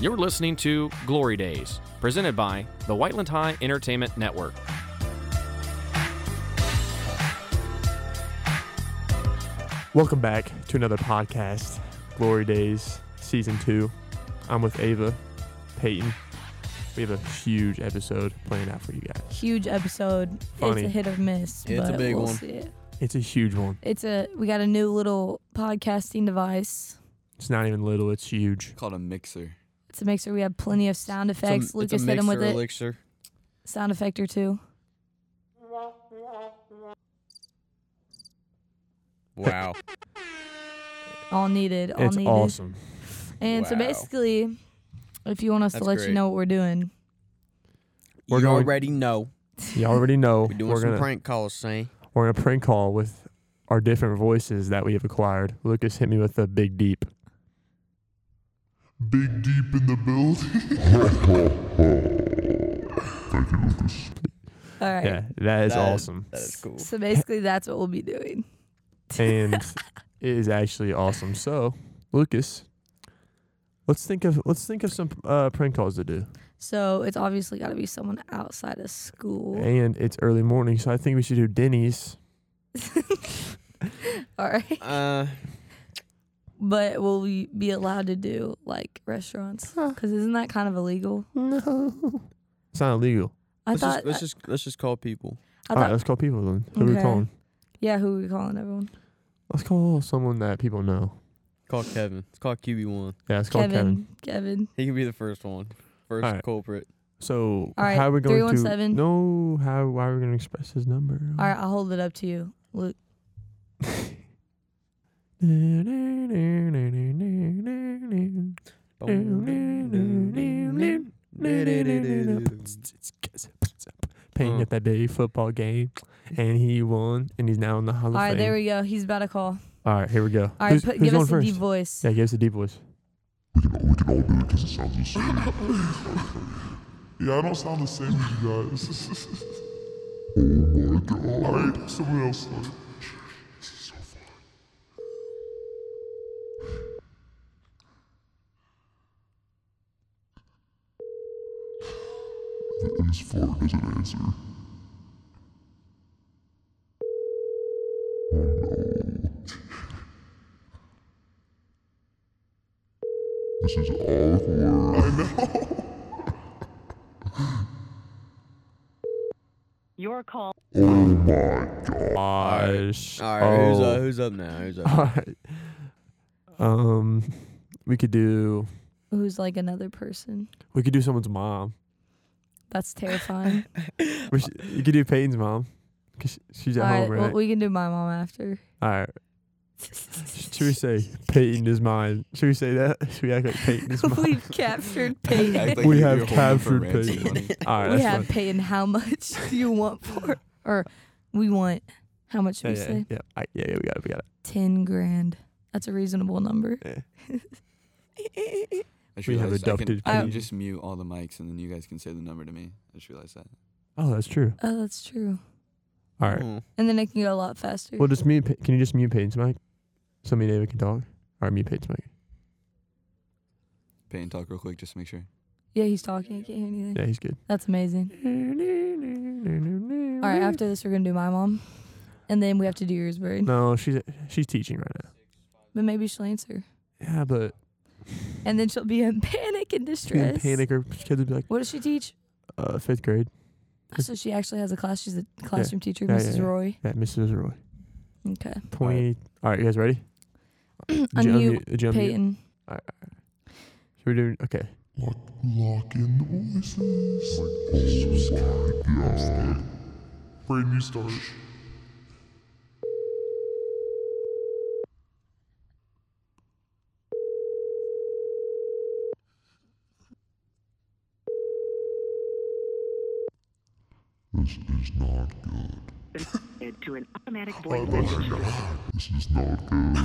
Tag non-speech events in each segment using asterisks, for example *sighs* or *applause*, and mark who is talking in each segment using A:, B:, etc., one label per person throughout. A: You're listening to Glory Days, presented by the Whiteland High Entertainment Network.
B: Welcome back to another podcast, Glory Days Season 2. I'm with Ava, Peyton. We have a huge episode playing out for you guys.
C: Huge episode.
B: Funny.
C: It's a hit or miss.
D: It's a
C: but
D: big
C: we'll
D: one.
C: see it.
B: It's a huge one.
C: It's a we got a new little podcasting device.
B: It's not even little, it's huge.
D: called a mixer.
C: To make sure we have plenty of sound
D: It's a-
C: effects.
D: it's a
C: Lucas hit him with
D: mixer
C: it.
E: *laughs*
D: elixir.
C: sound effect or two.
E: *laughs*
D: Wow.
C: All needed. All
B: It's
C: needed.
B: awesome.
C: And so
D: Wow.
C: basically, if you want us to
D: That's
C: let you
D: great.
C: know what we're doing,
B: We're
D: you
B: going-
D: already know.
B: You already
D: *laughs*
B: know
D: We're doing
B: we're
D: some
B: gonna
D: prank calls, Saint.
B: we're gonna prank call with our different voices that we have acquired. Lucas hit me with the big deep.
F: Big Deep in the building.
C: *laughs* all right.
B: Yeah, that is
D: That is-
B: awesome.
D: That is
C: *laughs*
D: cool.
C: So basically, that's what we'll be doing. *laughs*
B: and it is actually awesome. So, Lucas, let's think of let's think of some uh, prank calls to do.
C: So it's obviously got to be someone outside of school.
B: And it's early morning, so I think we should do Denny's.
C: *laughs* all right.
D: Uh,
C: But will we be allowed to do like restaurants? Because isn't that kind of illegal?
B: No, it's not illegal.
C: I
D: let's,
C: thought.
D: just, let's just let's just call people.
C: I
B: All
C: thought
B: right, let's call people then. Who are we
C: Okay.
B: calling?
C: yeah. Who are we calling everyone?
B: Let's call someone that people know.
D: Call Kevin. Let's call QB one.
B: Yeah, let's call Kevin.
C: Kevin.
D: He can be the first one. First
B: Alright.
C: *laughs*
D: culprit.
B: So
C: All right,
B: how are we going to?
C: 317.
B: No, how why are we going to express his number? *laughs*
C: All right, I'll hold it up to you, Luke.
B: Paying
D: Huh.
B: at that big football game, and he won, and he's now in the Hall of
C: All right,
B: Fame.
C: there we go. He's about to call.
B: All right, here we go.
C: All right,
B: who's
C: put,
B: who's
C: give
B: going
C: us a
B: first?
C: deep voice.
B: Yeah, give us a deep voice.
F: We can, we can all do it because it sounds the same. yeah, I don't sound the same as you guys. *laughs* oh my god. Alright, someone else. Look. This is so fun. Th- This fart doesn't answer. Oh no. This is awkward. I know.
G: Your call.
F: Oh my god.
B: Gosh.
D: All right, who's
B: Oh.
D: uh, who's up now? Who's up?
B: *laughs* All right. Um, we could do
C: Who's like another person?
B: we could do someone's mom. *laughs*
C: That's terrifying.
B: We sh- you could do Peyton's mom, 'cause sh- she's
C: All
B: at
C: right,
B: home,
C: well,
B: right?
C: we can do my mom after.
B: All right. Should
C: *laughs*
B: we say Peyton is mine? Should we say that? *laughs* Should we act like Peyton
C: *laughs*
B: is mine?
C: We've
B: *laughs*
C: captured *laughs* Peyton.
B: We have captured Peyton. All right,
C: we
B: that's
C: have
B: fine.
C: Peyton. How much do you want for? Or we want? How much do
B: Yeah,
C: we
B: Oh, yeah,
C: say?
B: yeah, I- yeah, yeah, we got it, we got it.
C: Ten grand. That's a reasonable number.
B: We have adopted
C: I
E: I
C: can
E: can
C: Peyton.
E: just mute all the mics and then you guys can say the number to me. I just realized that.
B: Oh, that's true.
C: Oh, that's true.
B: All right.
D: Mm. Hmm.
C: And then it can go a lot faster.
B: Well, just mute. Pey- Can you just mute Peyton's mic? So me and David can talk. Or mute Peyton's mic.
E: Peyton, talk real quick just to make sure.
C: Yeah, he's talking. I can't hear anything.
B: Yeah, he's good.
C: That's amazing.
B: All
C: All right, after this, we're gonna do my mom, and then we have to do yours, Bird.
B: No, she's she's teaching right now.
C: But maybe she'll answer,
B: Yeah, but
C: and then she'll be in *laughs* panic
B: she's
C: and
B: in
C: distress.
B: panic. Her kids would be like,
C: What does she teach?
B: uh, fifth grade.
C: So she actually has a class. She's a classroom teacher,
B: Yeah, yeah,
C: Mrs.
B: yeah.
C: Roy.
B: Yeah, Mrs. Roy.
C: Okay.
B: Twenty. All right, you guys ready? Did you
C: Unmute
B: did you unmute?
C: Peyton.
B: Should we do? Okay.
F: Lock, lock in the voices. oh my god. Brayden, you start. This is not good.
G: To an automatic
F: Oh
G: voice
F: my god. This is not good.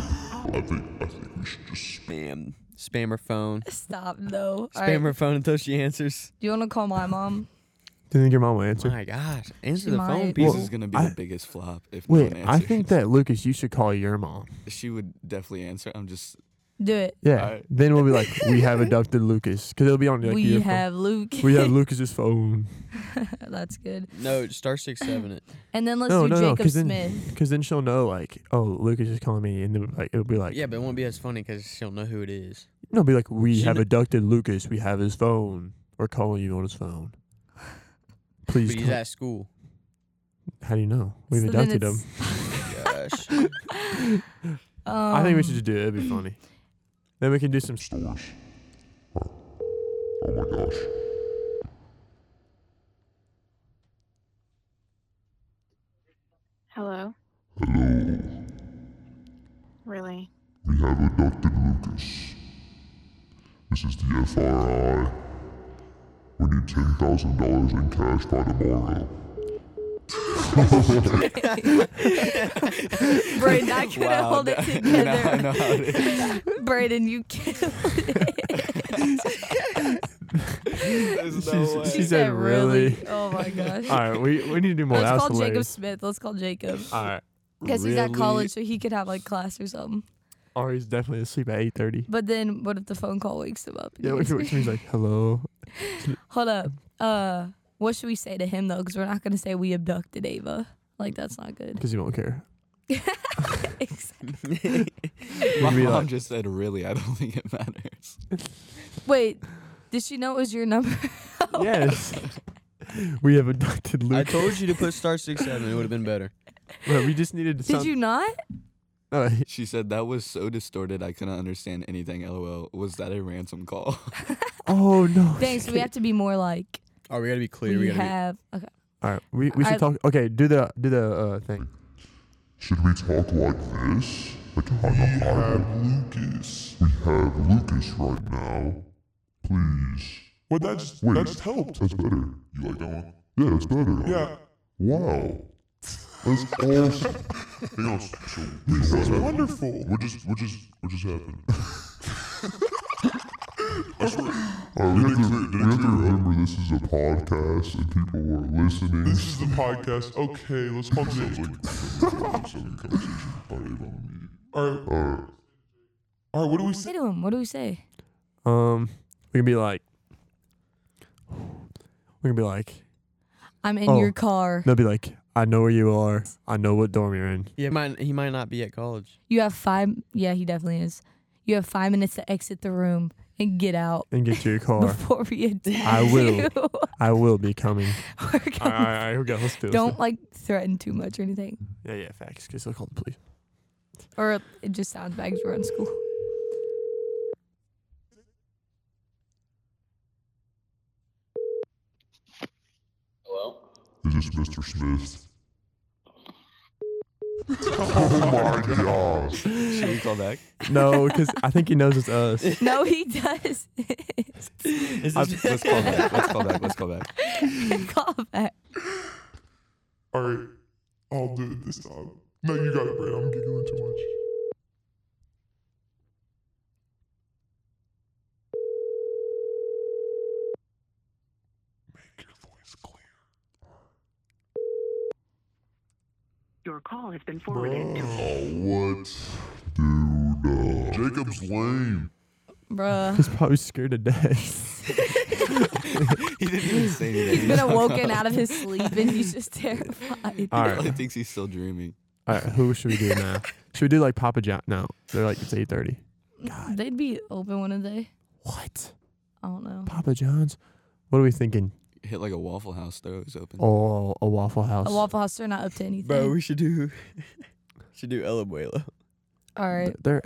F: I think I think we should just
D: Spam. Spam her phone.
C: Stop. No. All right.
D: Spam her phone until she answers.
C: Do you want to call my mom?
B: Do you think your mom will answer?
D: My gosh, answer
C: She
D: the
C: might.
D: phone,
E: This
D: people.
B: Well,
E: is gonna be
B: I-
E: the biggest flop if no
B: Wait,
E: one
B: I
E: answers. *laughs*
B: think that Lucas, you should call your mom.
E: she would definitely answer. I'm just
C: Do it.
B: Yeah.
E: Alright.
B: Then we'll be like, we have abducted Lucas because it'll be on like
C: we
B: your phone.
C: have Luke.
B: we
C: *laughs*
B: have Lucas's phone.
C: That's good.
D: No, star six seven it.
C: And then let's
B: no,
C: do
B: no, no,
C: Jacob
B: because
C: Smith.
B: then because then she'll know like, oh, Lucas is calling me, and then like it'll be like,
D: Yeah, but it won't be as funny because she'll know who it is.
B: no, it'll be like, we
D: She
B: have
D: kn-
B: abducted Lucas. We have his phone. We're calling you on his
D: *sighs*
B: phone. Please.
D: But he's
B: come-
D: at school.
B: How do you know? We've
C: So then
B: abducted him.
C: it's- *laughs*
D: Gosh.
B: I think we should
C: Um,
B: just do it. It'd be
C: *laughs*
B: funny. Then we can do some. St-
F: Stories. Right. Oh my gosh.
H: Hello?
F: Hello.
H: Really?
F: We have abducted Lucas. This is the FRI. We need ten thousand dollars in cash by *laughs* tomorrow.
C: Braden, I couldn't
E: Wow,
C: hold it
E: that-
C: together.
E: now *laughs* *laughs* I know how it is.
C: Braden, you killed
B: *laughs*
E: There's no
B: She's-
E: way.
B: *laughs* She she's-
C: She *laughs*
B: said
C: said really.
B: really.
C: Oh my gosh.
B: All right, we, we need to do more.
C: Let's
B: That was
C: call Jacob
B: hilarious.
C: Smith. Let's call Jacob.
B: All right,
C: Because he's at
E: Really?
C: college, so he could have like class or something.
B: or he's definitely asleep at eight thirty.
C: But then what if the phone call wakes him up? and
B: Yeah,
C: he
B: which,
C: gets-
B: which means like hello.
C: Hold up. Uh, what should we say to him though? Because we're not gonna say we abducted Ava. Like that's not good. *laughs*
B: Because you won't care.
C: Exact-
E: My
B: be
C: *laughs*
E: mom
B: like-
E: just said, really, I don't *laughs* think it matters.
C: Wait, did she know it was your number? *laughs*
B: Yes. we have abducted
D: I
B: Luke.
D: told you to put star six seven. It would have been better.
B: Well, we just needed to
C: Did
B: sound.
C: you not?
B: Uh,
E: She said, that was so distorted, I couldn't understand anything. LOL. Was that a
D: *laughs*
E: ransom call?
B: oh no.
C: Thanks. we have to be more like
D: Oh, we gotta be clear.
C: we
D: We gotta be
C: have. Okay.
B: All right, we, we should
C: I-
B: talk. Okay, do the do the uh, thing.
F: Should we talk like this? Like we have Lucas. We have Lucas right now. Please.
I: Well, that just,
F: Wait.
I: that just helped.
F: That's better. You like that one? Yeah, that's better.
I: Yeah.
F: Wow. That's
I: *laughs*
F: awesome. Hang on. So, this is wonderful. What just what just what
I: *laughs*
F: just happened? I swear- All right, we have to- we have to remember this is a podcast and people are listening.
I: This is the podcast. Okay, let's call
F: Sounds
I: Jake.
F: like a southern conversation by Avon and me.
I: All right,
F: All right.
I: all right. What do we
C: Say
I: say?
C: to him. What do we say?
B: Um, we can be like, we can be like,
C: I'm in
B: Oh.
C: your car.
B: they'll be like, I know where you are. I know what dorm you're in.
D: Yeah, might, he might not be at
C: *laughs*
D: college.
C: You have five. Yeah, he definitely is. You have five minutes to exit the room and get out
B: And get to *laughs* your car.
C: before we attack
B: I will.
C: you. *laughs*
B: I will be coming.
C: We're
B: all
C: gonna-
B: right, all right, all right, here we go. Let's do it. *laughs*
C: don't like threaten too much or anything,
B: Yeah, yeah, facts. Because they'll call the police.
C: or it just sounds bad because we're in school. *laughs*
F: Is this
I: *laughs*
F: Mr. Smith? oh my gosh.
E: Should we
B: *laughs*
E: call back?
B: No, because I think he knows it's *laughs* us.
C: No, he does. *laughs*
D: *laughs*
E: I- let's call back. Let's call back. Let's
C: *laughs*
E: call back.
C: Call back.
I: All right, I'll do it this time. No, you got it, Brad. I'm giggling too much.
F: Make your voice clear.
G: Your call has been forwarded to
F: Oh, what? Dude. uh, Jacob's lame.
B: *laughs*
C: Bruh.
B: He's probably scared to death.
E: He didn't even say
C: He's
E: anything. *laughs*
C: been awoken out of his sleep and he's just terrified.
B: All
E: He
B: right,
E: probably thinks he's still dreaming.
B: all right. Who should we do now? Should we do like Papa John? No, they're like it's eight thirty.
C: They'd be open one day.
B: What?
C: I don't know.
B: Papa John's? What are we thinking?
E: Hit like a Waffle House, throw it open.
B: Oh, a Waffle House.
C: A Waffle House, they're not up to anything.
D: Bro, we should do *laughs* should do El Abuelo.
C: *laughs*
B: *laughs*
C: All right.
B: They're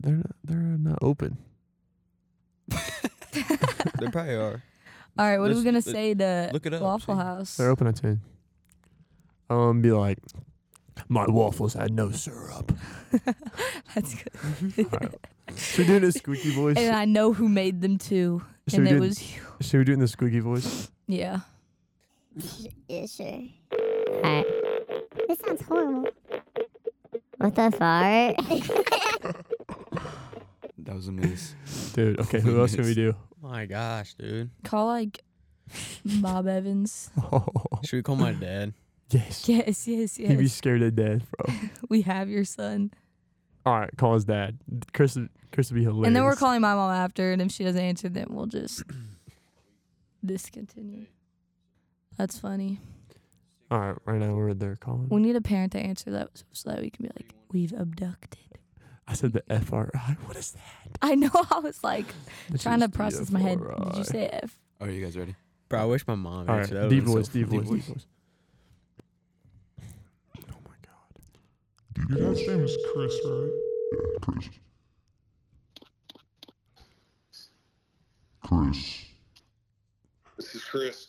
B: they're not, they're not open.
D: They probably are.
C: All right, what are we
D: Let's-
C: gonna
D: let's
C: say to
D: look it up,
C: Waffle
D: see.
C: House?
B: They're open at ten. Um, be like, my waffles had no syrup.
C: *laughs* That's good.
D: *laughs*
B: Should we do it in a squeaky voice?
C: And I know who made them too,
B: Should
C: and
B: we do
C: it
B: it-
C: was you.
B: Should we do it in the squeaky voice?
C: Yeah.
J: Yeah, sure. Alright. This sounds horrible. What the fart?
E: That was a miss.
D: *laughs*
B: Dude, okay. Who else can we do?
D: My gosh, dude.
C: Call like Bob Evans. *laughs*
D: Should we call my dad?
B: yes.
C: Yes, yes,
B: He'd be
C: yes.
B: scared to death, bro.
C: We have your son.
B: All right, call his dad. Chris, Chris would be hilarious.
C: And then we're calling my mom after, and if she doesn't answer, then we'll just discontinue. That's funny.
B: All right, right now we're there calling.
C: We need a parent to answer that so- so that we can be like, we've abducted.
B: I said the FRI. What is that?
C: I know. *laughs* I was like
B: This
C: trying to
B: is the
C: process my head. Did
B: FRI.
C: you say F? *laughs*
E: Are you guys ready?
D: Bro, I wish my mom
B: All right,
D: answered. That
B: deep
D: would've been
B: voice,
D: so
B: deep
D: funny.
B: voice, deep voice. Oh my god.
I: Your dad's name is Chris, right?
F: Chris. Chris,
H: This is Chris.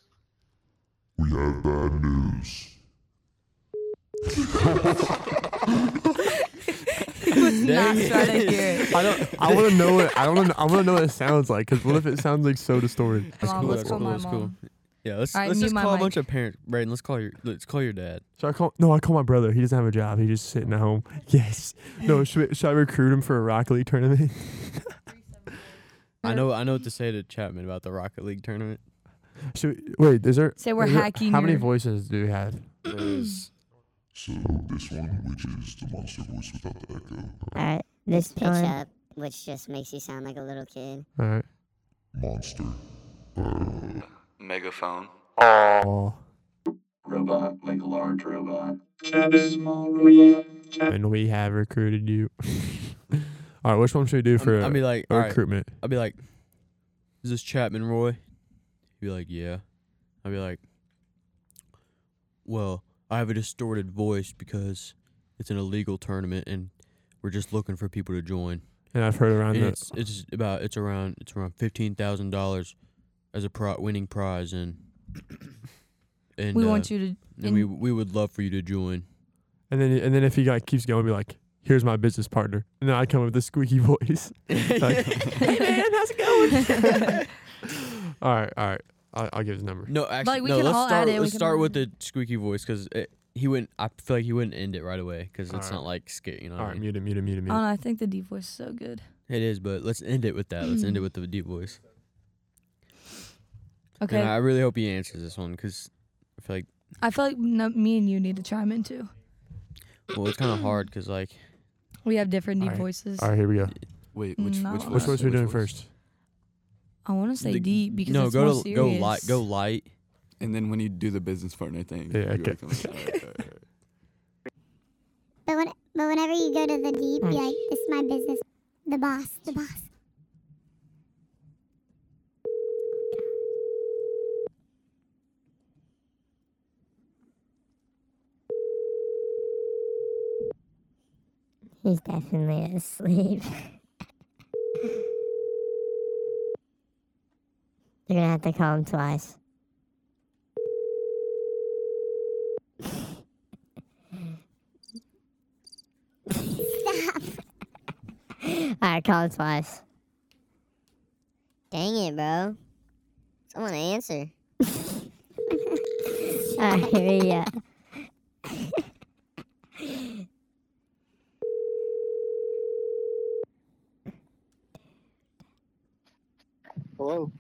F: we have bad news.
C: He was not
D: Dang
C: trying to hear it.
B: I don't. I want to know it. I don't. wanna- I want to know what it sounds like. Cause what if it sounds like so distorted?
C: Mom,
D: cool,
C: Oh, let's
D: that's
C: call
D: cool,
C: my
D: that's cool.
C: mom.
D: Yeah, let's
C: All right,
D: let's
C: mute
D: just
C: my
D: call
C: mic.
D: a bunch of parents. Brayden, let's call your let's call your dad.
B: Should I call? No, I call my brother. He doesn't have a job. He's just sitting at home. *laughs* Yes.
C: *laughs*
B: No. Should, we- should I recruit him for a Rocket League tournament? *laughs*
D: I know I know what to say to Chapman about the Rocket League
C: *clears throat*
D: tournament.
B: Should we, wait? Is there?
C: Say we're
B: is there-
C: hacking
B: How many
C: your-
B: voices do we have?
E: There's
F: So this one, which is the monster voice without the echo.
J: Alright, this
C: Pitch
J: one.
C: up,
J: which just makes you sound like a little kid.
B: All right.
F: Monster. Uh,
E: megaphone.
B: Oh,
E: Robot, like a large robot.
B: and we have recruited you. *laughs* All right. Which one should we do for?
D: I'll be like,
B: a
D: all right,
B: recruitment.
D: I'll be like, is this Chapman Roy? He'd be like, yeah. I'd be like, well, I have a distorted voice because it's an illegal tournament and we're just looking for people to join.
B: And I've heard around
D: And
B: the.
D: it's it's about it's around it's around fifteen thousand dollars as a pro- winning prize and and
C: we
D: uh,
C: want you
D: *laughs*
C: to.
D: and we we would love for you to join.
B: And then and then if he like keeps going, be like, "Here's my business partner," and then I come up with a squeaky *laughs* voice.
D: *laughs*
B: Like, *laughs* hey man, how's it
D: uh,
B: going? all right, all right. I'll, I'll give his number.
D: No, actually,
C: we
D: no.
C: can
D: let's
C: all add
D: start.
C: it, we
D: Let's
C: can
D: start
C: all
D: with
C: add
D: the squeaky voice because he wouldn't. I feel like he wouldn't end it right away because it's
B: Alright.
D: not like skit. You know,
B: All
D: what
B: right,
D: I mean?
B: mute him, mute him, mute him,
C: I
B: mute
C: don't
B: him.
C: know. Oh, I think the deep voice is so good.
D: it is. But let's end it with that. Let's end it with the deep voice.
C: Okay.
D: And I really hope he answers this one because I feel like
C: I feel like no, me and you need to chime in too.
D: well, it's kind of hard because like
C: We have different deep
B: Alright.
C: voices.
B: All right, here we go.
E: Wait, which
C: No.
E: which
C: Which
E: voice?
B: Which voice are we doing
E: voice?
B: first?
C: I want to say
D: the-
C: deep because
D: no,
C: it's
D: go
C: more
D: to, go
C: serious.
D: light, go light.
E: And then when you do the business partner thing.
B: Yeah,
E: you
B: okay.
E: gotta
B: *laughs*
E: come up- alright, alright, alright.
J: But when, but whenever you go to the deep, be like, this is my business. The boss, the boss. He's definitely asleep. *laughs* You're gonna have to call him twice. Alright, call him twice. Dang it, bro. Someone *laughs* answer. Alright, here we go.
H: Hello.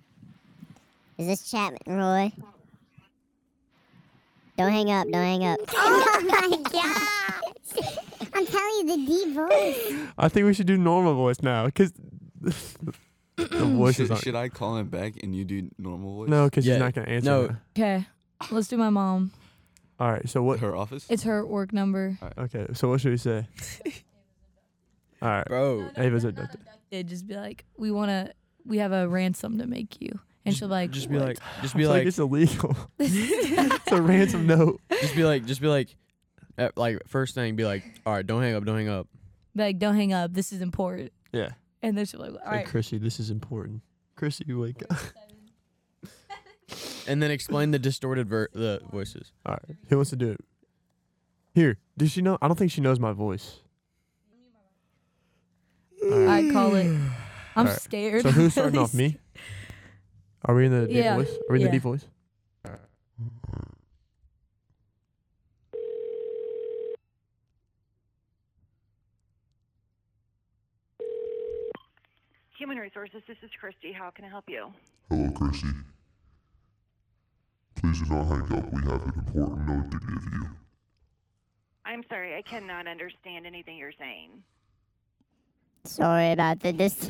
J: Is this Chapman Roy? Don't hang up, don't hang up. *laughs* Oh my gosh! *laughs* I'm telling you, the deep voice.
B: I think we should do normal voice now, cause *laughs* the voice is
E: Should,
B: not.
E: should I call him back and you do normal voice?
B: No, cause
D: Yeah,
B: she's not gonna answer.
D: no.
B: now.
C: Okay, let's do my mom.
B: All right. So what?
E: Her office? *laughs*
C: It's her work number.
B: Okay. So what should we *laughs* say? All right.
D: Bro,
B: Ava's abducted.
C: It'd just be like, we want to, we have a ransom to make you, and she'll be like,
D: just be
C: "What?"
D: like, just
B: I
D: be
B: feel
D: like,
B: it's illegal. *laughs* it's a ransom note.
D: just be like, just be like, at, like first thing, be like, all right, don't hang up, don't hang up.
C: Be like, don't hang up. This is important.
B: Yeah.
C: And then she'll be like, all
B: Hey,
C: right,
B: Chrissy, this is important. Chrissy, wake up.
D: and then explain the distorted ver- the voices.
B: All right. Who wants to do it? Here. Does she know? I don't think she knows my voice. All
C: all
B: right.
C: right, call
D: *sighs*
C: it. I'm
B: Alright.
C: scared.
B: So
C: *laughs*
B: who's starting off? Me? Are we in the deep
C: Yeah,
B: voice? Are we in
C: yeah.
B: the deep voice?
G: Human Resources, this is Christy. How can I help you?
F: Hello, Chrissy. Please do not hang up. We have an important note to give you.
G: I'm sorry, I cannot understand anything you're saying.
K: sorry about the dis.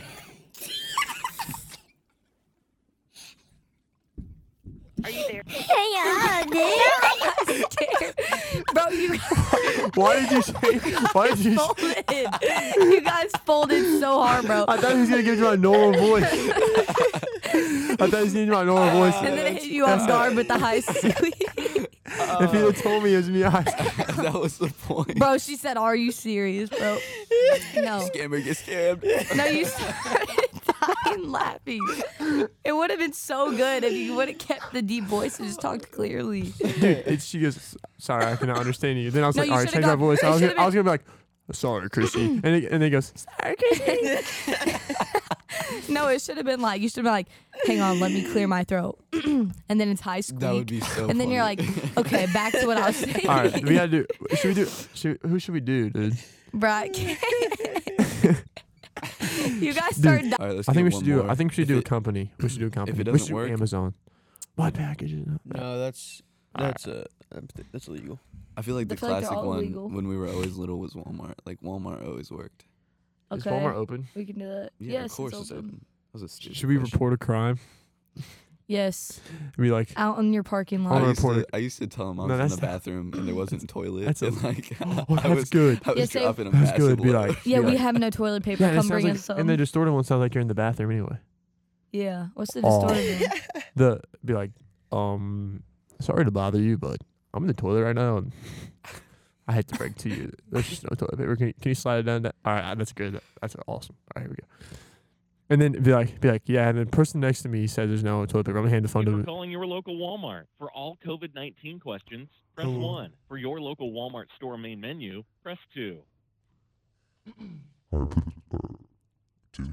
G: Are you there?
K: Hang on, uh, dude.
C: *laughs* Bro, you
B: Why did you say? Why did
C: *laughs*
B: you?
C: folded. you guys folded so hard, bro.
B: I thought he was gonna give you my normal voice. I thought he was giving you my normal voice.
C: and then it hit you off guard with the
E: *laughs*
C: high squeeze.
B: if he had told me it was me, I
E: that was the point.
C: Bro, she said, "Are you serious, bro?" No,
E: Scammer gets
C: *laughs*
E: scammed.
C: no, you started fucking laughing. It would have been so good if you would have kept the deep voice and just talked clearly. *laughs*
B: dude. It's, she goes, sorry, I cannot understand you. Then I was
C: No,
B: like,
C: you
B: all right,
C: should've
B: change my
C: gone-
B: voice. I
C: it
B: was, gonna,
C: should've
B: I was gonna be like, sorry, Christy, and it, and it goes, sorry, Christy.
C: No, it should have been like you should have been like, "Hang on, let me clear my throat," *clears throat* and then it's high squeak.
E: That would be so.
C: and then you're like,
E: funny. *laughs*
C: "Okay, back to what I was saying."
B: all right, we gotta do. Should we do? Should, who should we do, dude?
C: Bro, I can't. *laughs* you guys started.
E: All right, let's
B: I think
E: get
B: we
E: one
B: should do.
E: more.
B: I think we should
E: If
B: do a
E: it-
B: company. We should do a company. we
E: doesn't
B: should do
E: work-
B: Amazon. My package is not bad.
D: No, that's
B: All right.
D: that's uh that's- that's illegal.
E: I feel like the
C: I feel like they're
E: classic
C: all
E: one
C: illegal.
E: when we were always little was Walmart. Like Walmart always worked.
B: Is Walmart open?
C: We can do that. yes,
E: of course
C: it's open.
E: That was a stupid
B: Should we
E: question.
B: report a crime?
C: Yes,
B: Be like,
C: out in your parking
B: I'll
E: I
C: lot.
E: used,
B: report
E: to,
B: it.
E: I used to tell them
B: No,
E: I was in
B: that's
E: the
B: not-
E: bathroom
B: *laughs*
E: and there wasn't a toilet.
B: that's a- *laughs*
E: and like,
B: oh,
E: *laughs* *laughs* I
B: that's
E: was,
B: good.
E: I was
C: Yeah, say-
E: dropping them.
B: That's good. Be like,
C: Yeah,
B: be
C: we
B: like,
C: have no toilet paper.
B: Yeah, and it
C: Come
B: sounds
C: bring
B: like,
C: us some.
B: and the distorted one sounds like you're in the bathroom anyway.
C: yeah, what's the
B: Oh.
C: distorted one?
B: *laughs* The be like, um, sorry to bother you, but I'm in the toilet right now. And I had to break to you. that There's just no toilet paper. Can you, can you slide it down? That? All right, ah, that's good. That's awesome. All right, here we go. And then be like, be like, yeah. And the person next to me says there's no toilet paper. I'm gonna hand the phone
L: Thank you
B: to
L: for calling your local Walmart. For all COVID 19 questions, press
B: Ooh.
L: 1. For your local Walmart store main menu, press 2.
F: Alright, put it. Alright. Two.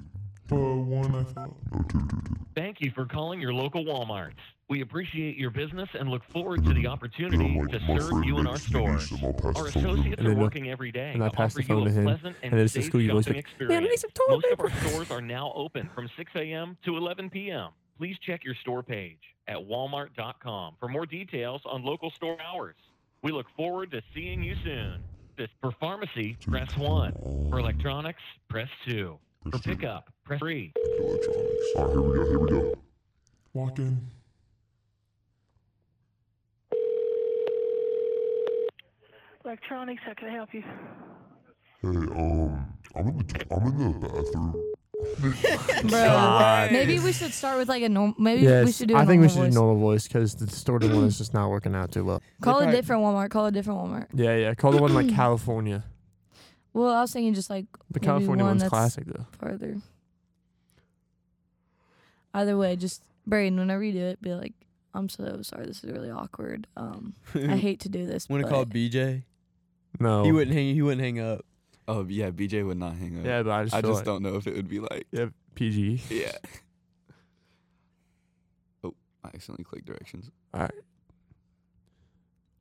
I: Uh, one, I thought.
F: No, two, two, two.
L: Thank you for calling your local Walmart. We appreciate your business and look forward to the opportunity
F: And then, like,
L: to
F: my
L: serve
F: friend
L: you in our
F: makes me do
L: store.
F: some, I'll pass
L: Our
F: the phone to him.
L: associates
B: And
L: are
B: then, uh,
L: working every day
B: and I
L: to
B: pass
L: offer
B: the
L: you
B: phone
L: a
B: to him,
L: pleasant
B: and it's the
L: safe
B: school you voice,
L: shopping
B: like,
L: experience. Most of our
B: paper."
L: stores are now open from 6 a.m. to 11 p.m. Please check your store page at walmart.com for more details on local store hours. We look forward to seeing you soon. This for pharmacy, press one. For electronics, press two. For pickup, press three.
F: Electronics. Alright, here we go, here we go.
I: Walk in.
G: Electronics, how can I help you?
F: Hey, um, I'm in the, t- I'm in the bathroom.
C: Bro,
B: God.
C: maybe we should start with like a normal. Maybe we should do. I
B: I think we should do normal voice because the distorted one is just not working out too well.
C: Call a
D: Alright.
C: different Walmart. Call a different Walmart.
B: *clears throat* Yeah, yeah. Call the one
C: *clears throat*
B: like California.
C: Well, I was thinking just like
B: The
C: maybe
B: California
C: one
B: one's
C: that's
B: classic though.
C: farther. Either way, just Braden. Whenever you do it, be like, "I'm so sorry. This is really awkward. Um, I hate to do this."
D: Wanna
C: but
D: call BJ?
B: No.
D: He wouldn't hang he wouldn't hang up.
E: *laughs* Oh yeah, BJ would not hang up.
B: Yeah, but I just,
E: I
B: feel
E: just
B: like-
E: don't know if it would be like
B: Yeah, PG.
E: yeah. *laughs* Oh, I accidentally clicked directions.
B: All right.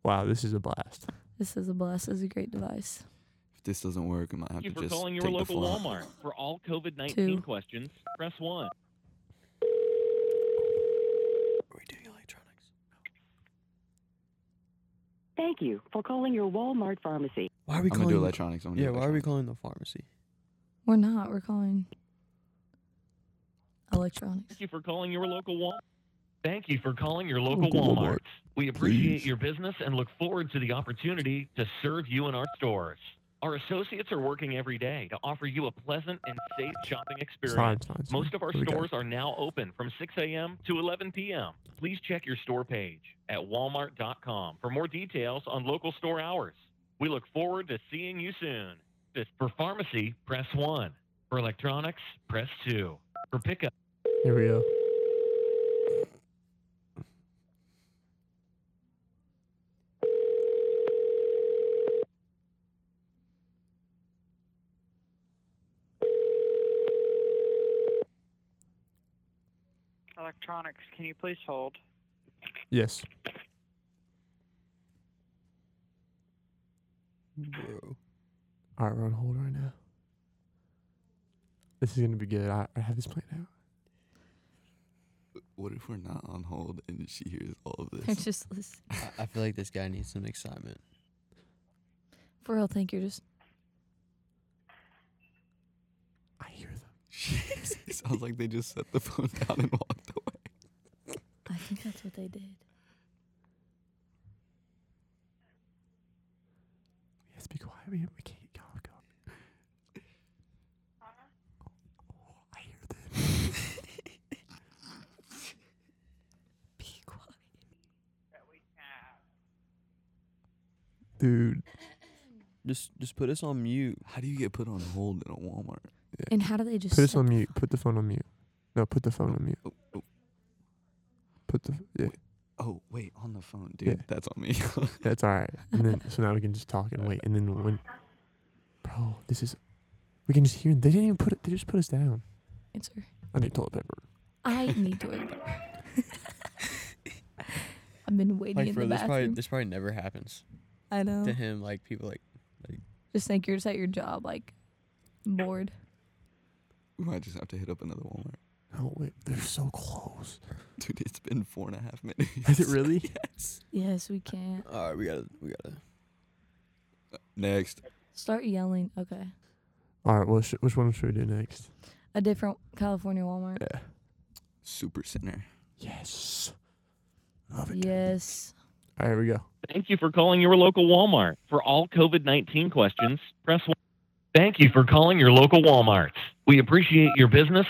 B: Wow, this is a blast.
C: This is a blast. This is a great device.
E: If this doesn't work, I might
L: Thank
E: have
L: you
E: to
L: for
E: just
L: calling
E: take
L: your
E: the
L: local
E: fall.
L: Walmart. For all COVID
C: Two.
L: 19 questions, press one.
D: Are we doing electronics?
M: Thank you for calling your Walmart pharmacy.
D: Why are we
E: I'm gonna
D: calling
E: do
D: the-
E: electronics. I'm gonna
D: Yeah,
E: do
D: why are we calling the pharmacy?
C: We're not. We're calling electronics.
L: Thank you for calling your local Walmart. Thank you for calling your local
E: Local
L: Walmart.
E: Walmart.
L: We appreciate
E: Please.
L: your business and look forward to the opportunity to serve you in our stores. Our associates are working every day to offer you a pleasant and safe shopping
B: It's
L: experience.
B: fine, it's fine, it's fine.
L: Most of our
B: Here we go.
L: stores are now open from 6 a.m. to 11 p.m. Please check your store page at walmart.com for more details on local store hours. We look forward to seeing you soon. This- For pharmacy, press 1. For electronics, press 2. For pickup,
B: Here we go.
N: Electronics, can you please hold?
B: Yes.
D: Bro.
B: All right, we're on hold right now. This is gonna be good. I, I have this planned out.
E: What if we're not on hold and she hears all of
C: I
E: this?
C: *laughs* just listen.
D: I, I feel like this guy needs some
E: *laughs*
D: excitement.
C: For real, thank you. Just
B: I
E: sounds like they just set the phone down and walked away.
C: I think that's what they did.
B: Yes, be quiet. We, we can't go. go. Oh, I hear this.
C: Be quiet.
E: Dude. Just just put us on mute. How do you get put on hold in a Walmart?
C: And how do they just
B: put us
C: set
B: on
C: the
B: mute? Put the phone on mute. No, put the phone on mute. Put *laughs* the yeah.
E: Oh, wait, on the phone, dude. That's on me. *laughs*
B: That's all right. And then so now we can just talk and wait. And then when, bro, this is, we can just hear. They didn't even put it. They just put us down.
C: Answer.
B: I need toilet paper.
C: I need toilet paper. I've been waiting
D: Like,
C: in
D: bro,
C: the
D: this probably
C: bathroom.
D: this probably never happens.
C: I know.
D: To him, like people like
C: Just think you're just at your job, like bored.
E: we might just have to hit up another Walmart.
B: Oh wait, they're so close.
E: Dude, it's been four and a
D: *laughs*
E: half minutes.
B: Is it *laughs* really?
E: yes.
C: Yes, we can't
E: All right, we gotta, we gotta. Uh, Next.
C: start yelling. Okay,
B: All right, well, sh- which one should we do next?
C: a different California Walmart.
B: Yeah.
E: Super Center.
B: Yes.
C: Yes.
B: All right, here we go.
L: Thank you for calling your local Walmart. For all COVID 19 questions, press 1. Thank you for calling your local Walmart. We appreciate your business.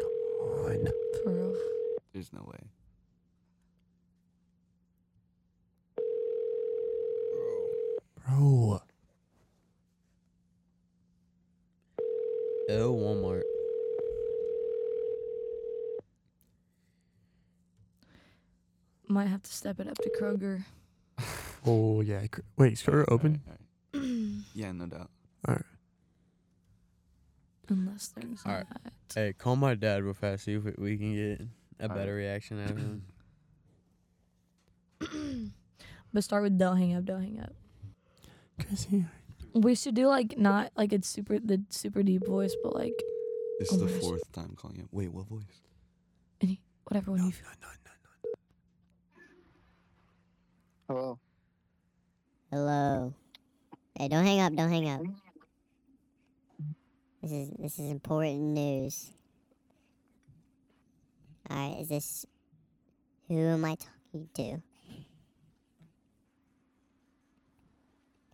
C: For real.
E: There's no way.
B: Bro,
D: oh Walmart.
C: Might have to step it up to Kroger.
B: Oh yeah. Cr- Wait, is Kroger open?
E: Yeah, no doubt.
B: All right.
C: Unless there's
D: All right. Hey, call my dad real fast. See if we- we can get a
C: All right.
D: better reaction out of
E: *clears throat*
D: him.
C: But start with don't hang up, don't hang up.
B: Cause he,
C: We should do like not like it's super the super deep voice, but like
E: This is
C: Oh my
E: the
C: gosh.
E: fourth time calling it. Wait, what voice?
C: any whatever one you feel.
H: Hello.
K: Hello. Hey, don't hang up. Don't hang up. This is this is important news. All right, is this? Who am I talking to?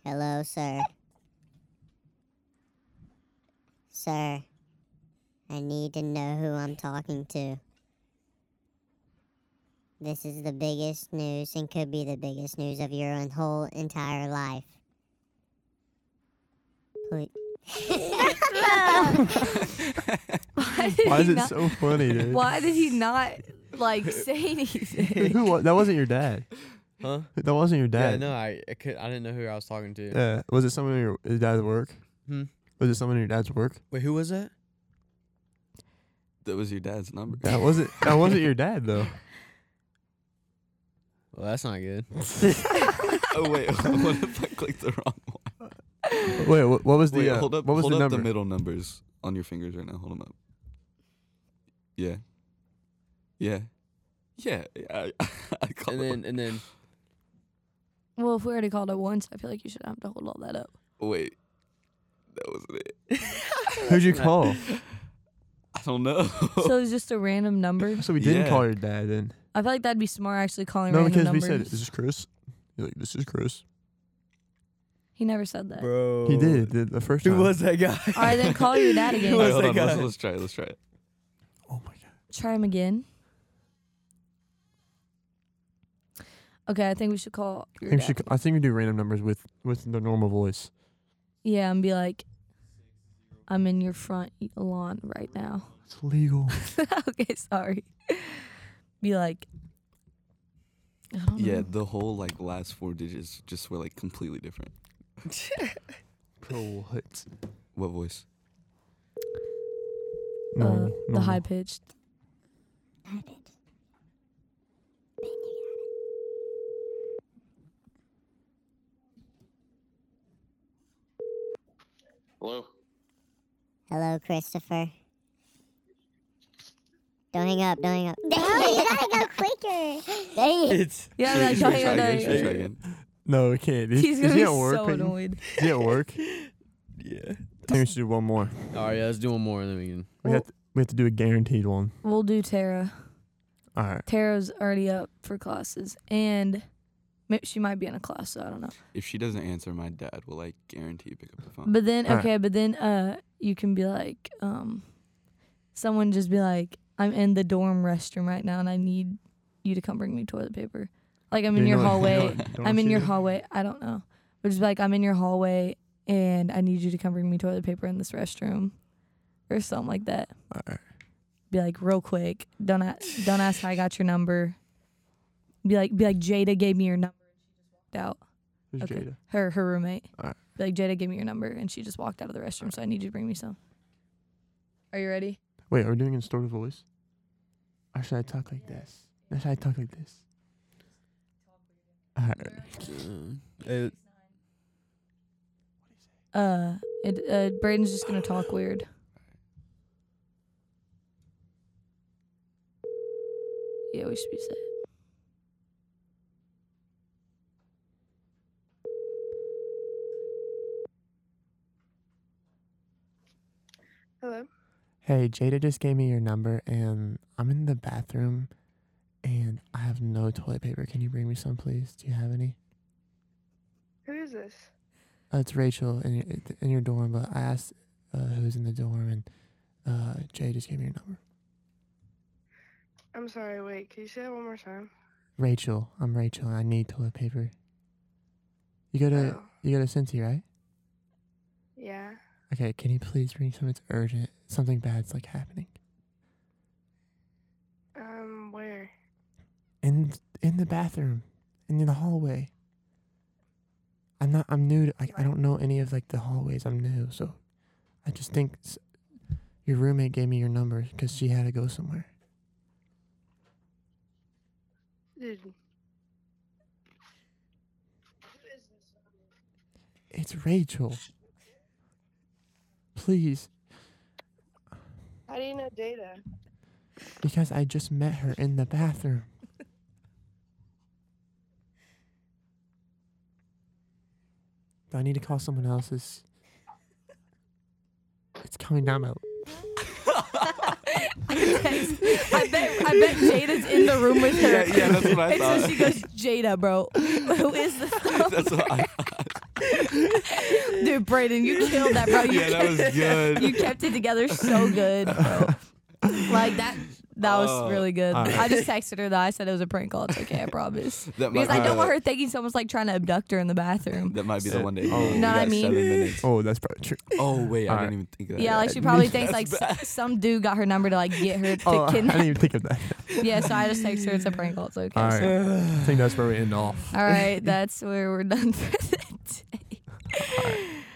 K: Hello, sir. Sir, I need to know who I'm talking to. This is the biggest news and could be the biggest news of your en- whole entire life. Please.
C: Why, did
B: Why
C: he
B: is *laughs* it
C: not-
B: so funny, dude?
C: *laughs* Why did he not like say anything?
B: *laughs* Who wa- that wasn't your dad.
D: Huh?
B: That wasn't your
D: Yeah,
B: dad.
D: no, I I, could, I didn't know who I was talking to.
B: Yeah. Was it someone in your your dad's work?
D: Hmm?
B: Was it someone in your dad's work?
D: Wait, who was that?
E: That was your dad's number.
B: That wasn't. That wasn't your dad though.
D: Well, that's not
E: *laughs*
D: good.
E: *laughs* oh wait, *laughs* what if I clicked the wrong one?
B: Wait, what, what was the?
E: Wait,
B: uh,
E: hold up,
B: what was
E: hold
B: the
E: up
B: number?
E: the middle numbers on your fingers right now. Hold them up. Yeah. Yeah. Yeah. I, *laughs* I call
D: and then and then
C: *laughs* Well, if we already called it once, I feel like you should have to hold all
B: *laughs*
C: that up.
E: Wait. That wasn't it.
B: Who'd you call?
E: I don't know. *laughs*
C: So it's just a random number.
B: So we didn't
E: Yeah.
B: call your dad then.
C: I feel like that'd be smart actually calling
B: No,
C: random
B: because we
C: numbers.
B: said, "Is this Chris?" You're like, "This is Chris."
C: he never said that.
D: bro,
B: He did the, the first
D: Who
B: time.
D: was that guy?
C: All right, then call
B: *laughs*
C: your dad again.
D: Who was
E: Hold
D: that
E: on, let's,
D: guy?
E: let's try it. Let's try it.
C: Try him again. Okay, I think we should call.
B: I
C: Your
B: think, we
C: dad.
B: should, I think we do random numbers with with the normal voice.
C: Yeah, and be like, I'm in your front lawn right now. *laughs*
B: It's *laughs* legal.
C: okay, sorry. Be like, I don't
E: Yeah,
C: know.
E: the whole like last four digits just were like completely different.
B: Bro, what?
E: What voice?
C: uh,
B: No,
C: the high pitched.
H: Hello.
K: *laughs* Hello, Christopher. Don't hang up. Don't hang up.
J: Dang, you gotta
K: *laughs*
J: go quicker.
K: Dang it.
B: It's
C: Yeah,
K: Should-
C: no,
K: should
C: don't
K: we
C: hear
K: try again?
C: that.
K: Should we try again?
B: No, it can't.
C: *laughs*
B: Is,
C: He's
B: is
C: gonna
B: he
C: be
B: at work,
C: so
B: Peyton?
C: annoyed.
B: Is he at work?
C: *laughs*
D: Yeah.
B: I think we should do one more.
D: All right, yeah, let's do one more, and then we can.
B: We have to, we have to do a guaranteed one.
C: We'll do Tara.
B: All right.
C: Tara's already up for classes, and ma- she might be in a class, so I don't know.
E: If she doesn't answer, my dad will like guarantee pick up the phone.
C: But then,
E: Alright.
C: okay, but then uh, you can be like, um, someone just be like, I'm in the dorm restroom right now, and I need you to come bring me toilet paper. Like I'm
N: Do
C: in
N: you
C: your
N: know what- *laughs* you know
C: hallway.
N: what- you know what
C: I'm in
N: she
C: your
N: did?
C: hallway. I don't know, but just be like, I'm in your hallway, and I need you to come bring me toilet paper in this restroom, or something like that. Be like real quick. Don't ask, don't ask how I got your number. Be like be like Jada gave me your number and she just walked out.
B: Who's Jada?
C: Her her roommate.
B: Alright.
C: Be like Jada gave me your number and she just walked out of the restroom, so I need you to bring me some. Are you ready?
B: Wait, are we doing in story voice? Or should I talk like this? Or should I talk like this? All right.
C: Uh, it, uh Braden's just gonna talk weird. Yeah, we should be *laughs* set.
G: Hello.
B: Hey, Jada just gave me your number, and I'm in the bathroom, and I have no toilet paper. Can you bring me some, please? Do you have any?
G: Who is this?
B: Uh, it's Rachel in your, in your dorm, but I asked uh, who's in the dorm, and uh, Jay just gave me your number.
G: I'm sorry. Wait. Can you say that one more time?
B: Rachel, I'm Rachel, and I need toilet paper. You go to you go to Cincy, right?
G: Oh. Yeah.
B: Okay, can you please bring some? It's urgent. Something bad's like happening
G: Um. Where?
B: in in the bathroom, and in the hallway. I'm not. I'm new. To, I I don't know any of like the hallways. I'm new, so I just think s- your roommate gave me your number 'cause she had to go somewhere.
G: Dude.
B: It's Rachel. Please,
G: How do you know Jada?
B: because I just met her in the bathroom. Do I need to call someone else? It's, it's coming down my.
C: I bet I bet Jada's in the room with her.
E: *laughs* Yeah, yeah, that's what I
C: and
E: thought.
C: so she goes, Jada, bro, *laughs* who is
E: *laughs*
C: this?
E: That's what I
C: Dude, Braden, you killed that, bro. *laughs* You
E: *laughs* Yeah, that was
C: kept-
E: good.
C: You kept it together so good, bro. Like that. That was
E: Oh,
C: really good.
E: all right.
C: I just texted her that I said it was a prank call. It's okay, I promise.
E: *laughs* That
C: because I
E: might be
C: don't
E: the-
C: want her thinking someone's like trying to abduct her in the bathroom.
E: That might be the one day.
C: Oh. Know what I mean?
B: *laughs* Oh, that's probably true.
E: Oh wait, I
B: Alright.
E: didn't even think of that.
C: Yeah, like she
E: *laughs*
C: probably thinks like s- some dude got her number to like get her to
B: Oh, I
C: *laughs* kidnap.
B: didn't even think of that.
C: Yeah, so I just text her it's a prank call. It's okay.
B: All right,
C: so-
B: I think that's where we end off.
C: All right, that's where we're done *laughs* for the day.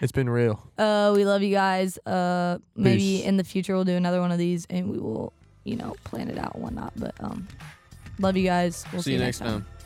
B: It's been real.
C: Uh, we love you guys. Uh, maybe
B: Peace.
C: in the future we'll do another one of these, and we will, you know, plan it out and whatnot. But um, love you guys. We'll see,
D: See you next time.
C: time.